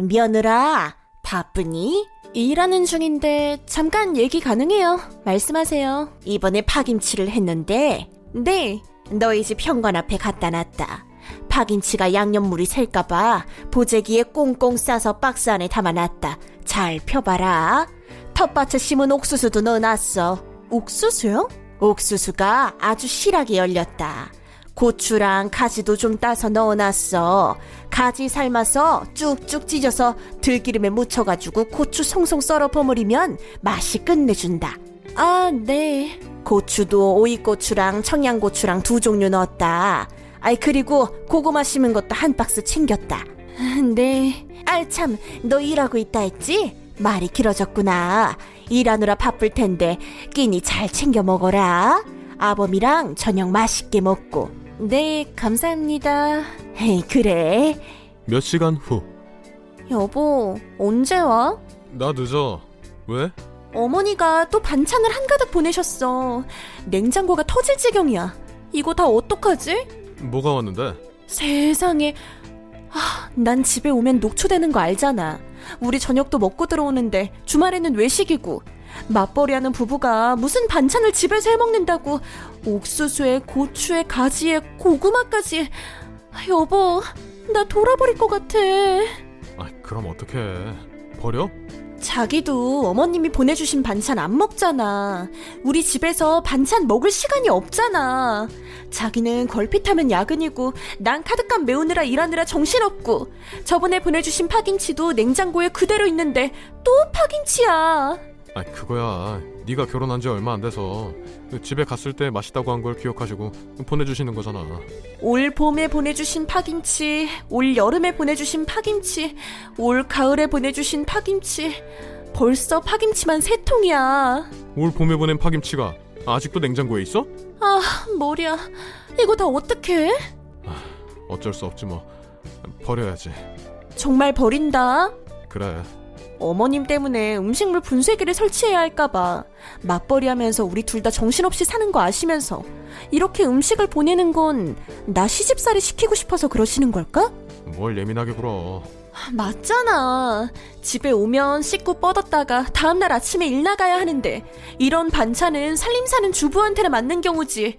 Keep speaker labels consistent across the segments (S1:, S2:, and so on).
S1: 며느라, 바쁘니?
S2: 일하는 중인데 잠깐 얘기 가능해요. 말씀하세요.
S1: 이번에 파김치를 했는데
S2: 네.
S1: 너희 집 현관 앞에 갖다 놨다. 파김치가 양념물이 셀까봐 보재기에 꽁꽁 싸서 박스 안에 담아놨다. 잘 펴봐라. 텃밭에 심은 옥수수도 넣어놨어.
S2: 옥수수요?
S1: 옥수수가 아주 실하게 열렸다. 고추랑 가지도 좀 따서 넣어놨어. 가지 삶아서 쭉쭉 찢어서 들기름에 묻혀가지고 고추 송송 썰어 버무리면 맛이 끝내준다.
S2: 아, 네.
S1: 고추도 오이고추랑 청양고추랑 두 종류 넣었다. 아이 그리고 고구마 심은 것도 한 박스 챙겼다.
S2: 네.
S1: 아이 참, 너 일하고 있다 했지? 말이 길어졌구나. 일하느라 바쁠 텐데 끼니 잘 챙겨 먹어라. 아범이랑 저녁 맛있게 먹고.
S2: 네, 감사합니다.
S1: 에이 그래.
S3: 몇 시간 후.
S2: 여보, 언제 와?
S3: 나 늦어. 왜?
S2: 어머니가 또 반찬을 한가득 보내셨어. 냉장고가 터질 지경이야. 이거 다 어떡하지?
S3: 뭐가 왔는데?
S2: 세상에. 아, 난 집에 오면 녹초되는 거 알잖아. 우리 저녁도 먹고 들어오는데 주말에는 외식이고 맞벌이하는 부부가 무슨 반찬을 집에서 해 먹는다고 옥수수에 고추에 가지에 고구마까지 아, 여보 나 돌아버릴 것 같아
S3: 아, 그럼 어떡해. 버려?
S2: 자기도 어머님이 보내주신 반찬 안 먹잖아 우리 집에서 반찬 먹을 시간이 없잖아 자기는 걸핏하면 야근이고 난 카드값 메우느라 일하느라 정신없고 저번에 보내주신 파김치도 냉장고에 그대로 있는데 또 파김치야
S3: 아, 그거야. 네가 결혼한 지 얼마 안 돼서 집에 갔을 때 맛있다고 한 걸 기억하시고 보내주시는 거잖아.
S2: 올 봄에 보내주신 파김치, 올 여름에 보내주신 파김치, 올 가을에 보내주신 파김치. 벌써 파김치만 세 통이야.
S3: 올 봄에 보낸 파김치가 아직도 냉장고에 있어?
S2: 아, 머리야. 이거 다 어떡해?
S3: 어쩔 수 없지 뭐. 버려야지.
S2: 정말 버린다.
S3: 그래.
S2: 어머님 때문에 음식물 분쇄기를 설치해야 할까봐. 맞벌이 하면서 우리 둘 다 정신없이 사는 거 아시면서. 이렇게 음식을 보내는 건 나 시집살이 시키고 싶어서 그러시는 걸까?
S3: 뭘 예민하게 굴어.
S2: 맞잖아. 집에 오면 씻고 뻗었다가 다음날 아침에 일 나가야 하는데 이런 반찬은 살림 사는 주부한테나 맞는 경우지.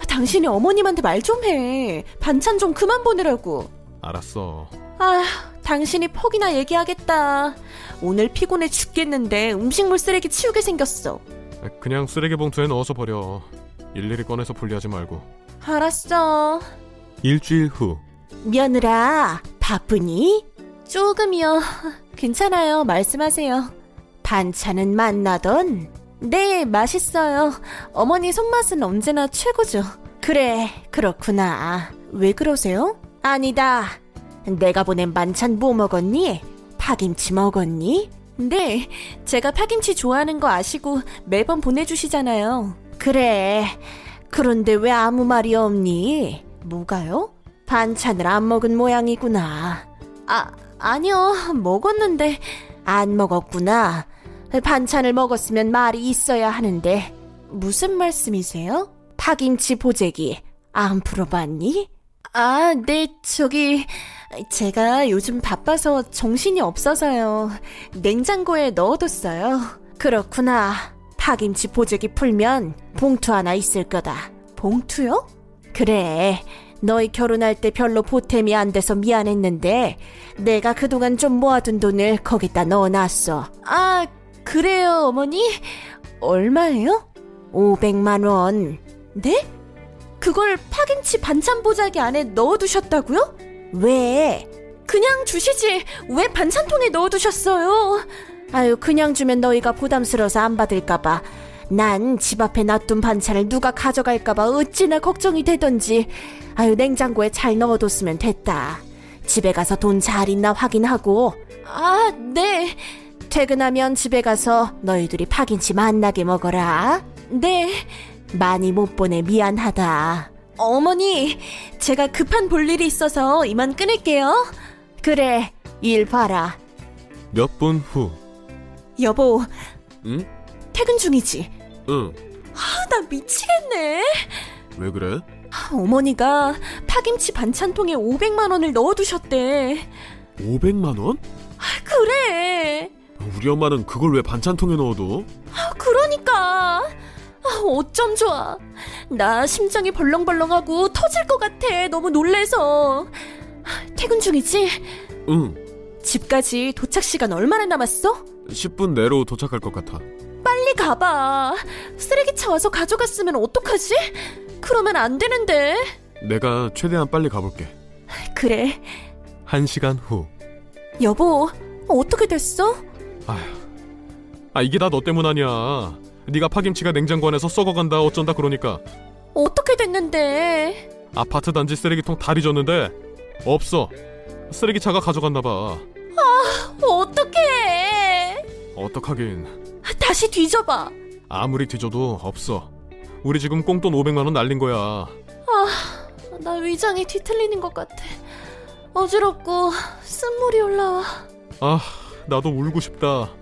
S2: 아, 당신이 어머님한테 말 좀 해. 반찬 좀 그만 보내라고.
S3: 알았어.
S2: 아, 당신이 폭이나 얘기하겠다. 오늘 피곤해 죽겠는데 음식물 쓰레기 치우게 생겼어.
S3: 그냥 쓰레기 봉투에 넣어서 버려. 일일이 꺼내서 분리하지 말고.
S2: 알았어.
S3: 일주일 후.
S1: 며느라, 바쁘니?
S2: 조금이요. 괜찮아요. 말씀하세요.
S1: 반찬은 만나던?
S2: 네, 맛있어요. 어머니 손맛은 언제나 최고죠.
S1: 그래, 그렇구나.
S2: 왜 그러세요?
S1: 아니다. 내가 보낸 반찬 뭐 먹었니? 파김치 먹었니?
S2: 네, 제가 파김치 좋아하는 거 아시고 매번 보내주시잖아요.
S1: 그래. 그런데 왜 아무 말이 없니?
S2: 뭐가요?
S1: 반찬을 안 먹은 모양이구나.
S2: 아, 아니요. 먹었는데.
S1: 안 먹었구나. 반찬을 먹었으면 말이 있어야 하는데.
S2: 무슨 말씀이세요?
S1: 파김치 보재기 안 풀어봤니?
S2: 아, 네, 저기. 제가 요즘 바빠서 정신이 없어서요. 냉장고에 넣어뒀어요.
S1: 그렇구나. 파김치 보재기 풀면 봉투 하나 있을 거다.
S2: 봉투요?
S1: 그래. 너희 결혼할 때 별로 보탬이 안 돼서 미안했는데 내가 그동안 좀 모아둔 돈을 거기다 넣어놨어.
S2: 아, 그래요, 어머니? 얼마예요?
S1: 500만 원.
S2: 네? 그걸 파김치 반찬 보자기 안에 넣어두셨다고요?
S1: 왜?
S2: 그냥 주시지 왜 반찬통에 넣어두셨어요?
S1: 아유 그냥 주면 너희가 부담스러워서 안 받을까봐 난 집 앞에 놔둔 반찬을 누가 가져갈까봐 어찌나 걱정이 되던지 아유 냉장고에 잘 넣어뒀으면 됐다 집에 가서 돈 잘 있나 확인하고
S2: 아, 네,
S1: 퇴근하면 집에 가서 너희들이 파김치 맛나게 먹어라
S2: 네.
S1: 많이 못 보내 미안하다
S2: 어머니, 제가 급한 볼 일이 있어서 이만 끊을게요.
S1: 그래 일 봐라
S3: 몇 분 후.
S2: 여보,
S3: 응?
S2: 퇴근 중이지?
S3: 응.
S2: 아, 나 미치겠네.
S3: 왜 그래?
S2: 아, 어머니가 파김치 반찬통에 500만 원을 넣어두셨대.
S3: 500만 원?
S2: 아,
S4: 우리 엄마는 그걸 왜 반찬통에 넣어도?
S2: 아, 그러니까 아, 어쩜 좋아 나 심장이 벌렁벌렁하고 터질 것 같아 너무 놀래서 아, 퇴근 중이지?
S4: 응,
S2: 집까지 도착 시간 얼마나 남았어?
S4: 10분 내로 도착할 것 같아.
S2: 빨리 가봐 쓰레기차 와서 가져갔으면 어떡하지? 그러면 안 되는데
S4: 내가 최대한 빨리 가볼게.
S2: 그래
S4: 한 시간 후.
S2: 여보 어떻게 됐어?
S3: 아 이게 다 너 때문 아니야. 네가 파김치가 냉장고 안에서 썩어간다 어쩐다 그러니까
S2: 어떻게 됐는데
S3: 아파트 단지 쓰레기통 다 뒤졌는데 없어. 쓰레기 차가 가져갔나 봐.
S2: 어떡해
S3: 어떡하긴
S2: 다시 뒤져봐
S3: 아무리 뒤져도 없어. 우리 지금 꽁돈 500만 원 날린 거야.
S2: 나 위장이 뒤틀리는 것 같아. 어지럽고 쓴물이 올라와.
S3: 아 나도 울고 싶다.